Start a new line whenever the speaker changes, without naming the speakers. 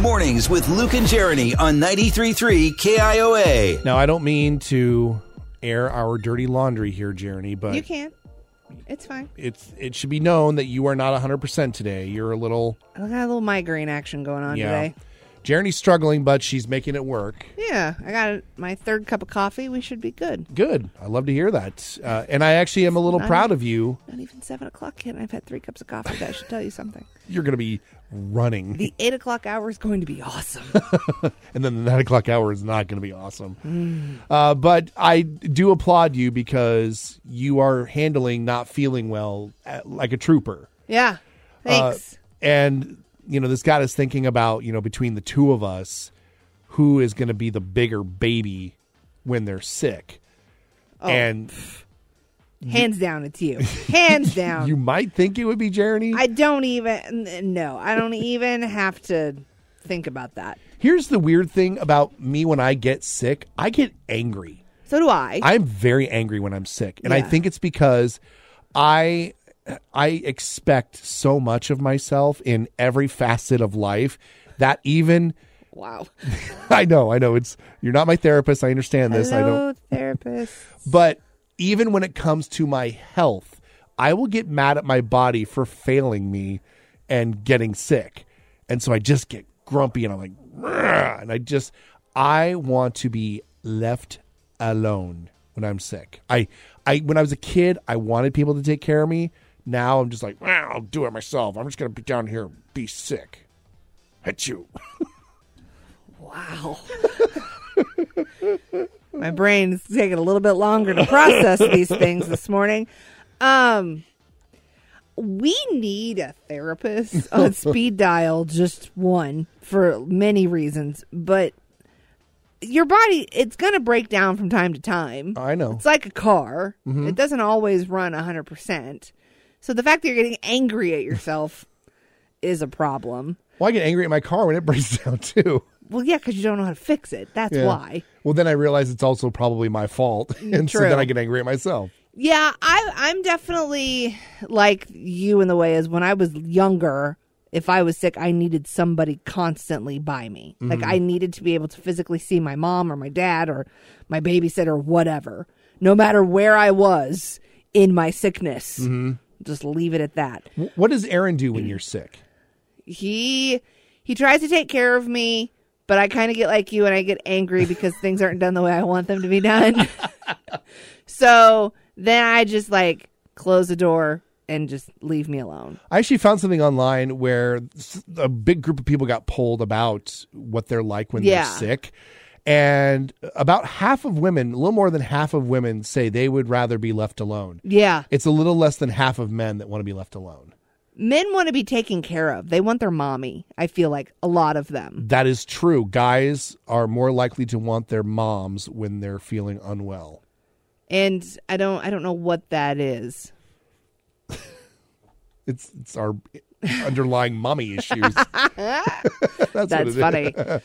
Mornings with Luke and Jeremy on 93.3 KIOA.
Now, I don't mean to air our dirty laundry here, Jeremy, but
You can. It's fine.
it's it should be known that you are not 100% today. You're a little
I got a little migraine action going on
yeah.
today.
Jeremy's struggling, but she's making it work.
Yeah, I got my third cup of coffee. We should be good.
Good. I love to hear that. Uh, and I actually am a little proud of you.
Not even seven o'clock yet. and I've had three cups of coffee. That should tell you something.
You're going to be running.
The eight o'clock hour is going to be awesome.
and then the nine o'clock hour is not going to be awesome.
Mm.
Uh, but I do applaud you because you are handling not feeling well uh, like a trooper.
yeah, thanks.
and you know this got us thinking about you know between the two of us who is going to be the bigger baby when they're sick
Oh,
and
Hands down, it's you. Hands down.
you might think it would be jeremy
I don't even. n- No, I don't even have to think about that.
here's the weird thing about me when i get sick i get angry
So do I.
i'm very angry when i'm sick and i
Yeah.
think it's because i i expect so much of myself in every facet of life that even
wow.
i know i know it's you're not my therapist i understand this i don't
Hello, therapist.
But even when it comes to my health, I will get mad at my body for failing me and getting sick. And so I just get grumpy and I'm like, "Rah," and I just, I want to be left alone when I'm sick. I, I, when I was a kid, I wanted people to take care of me. Now I'm just like, "Rah, I'll do it myself. I'm just going to be down here, and be sick. At you.
Wow. My brain is taking a little bit longer to process these things this morning. Um we need a therapist on speed dial, just one for many reasons, but your body it's going to break down from time to time.
I know. Mm-hmm.
It's like a car. It doesn't always run 100%. So the fact that you're getting angry at yourself is a problem.
Well, I get angry at my car when it breaks down too.
Well, yeah, cuz you don't know how to fix it. That's
Yeah.
why.
Well, then I realize it's also probably my fault, and so
True.
then I get angry at myself.
Yeah, I, I'm definitely like you in the way is when I was younger, if I was sick, I needed somebody constantly by me. Like I needed to be able to physically see my mom or my dad or my babysitter or whatever, no matter where I was in my sickness. Just leave it at that.
Wh- What does Aaron do when you're sick?
He he tries to take care of me, but I kind of get like you and I get angry because things aren't done the way I want them to be done. so then I just like close the door and just leave me alone.
I actually found something online where s- a big group of people got polled about what they're like when
Yeah.
they're sick. And about half of women, a little more than half of women, say they would rather be left alone.
Yeah.
It's a little less than half of men that want to be left alone.
Men want to be taken care of. They want their mommy. I feel like a lot of them.
That is true. Guys are more likely to want their moms when they're feeling unwell.
And I don't I don't know what that is.
It's it's our underlying mommy issues. That's, what it
That's
is.
funny.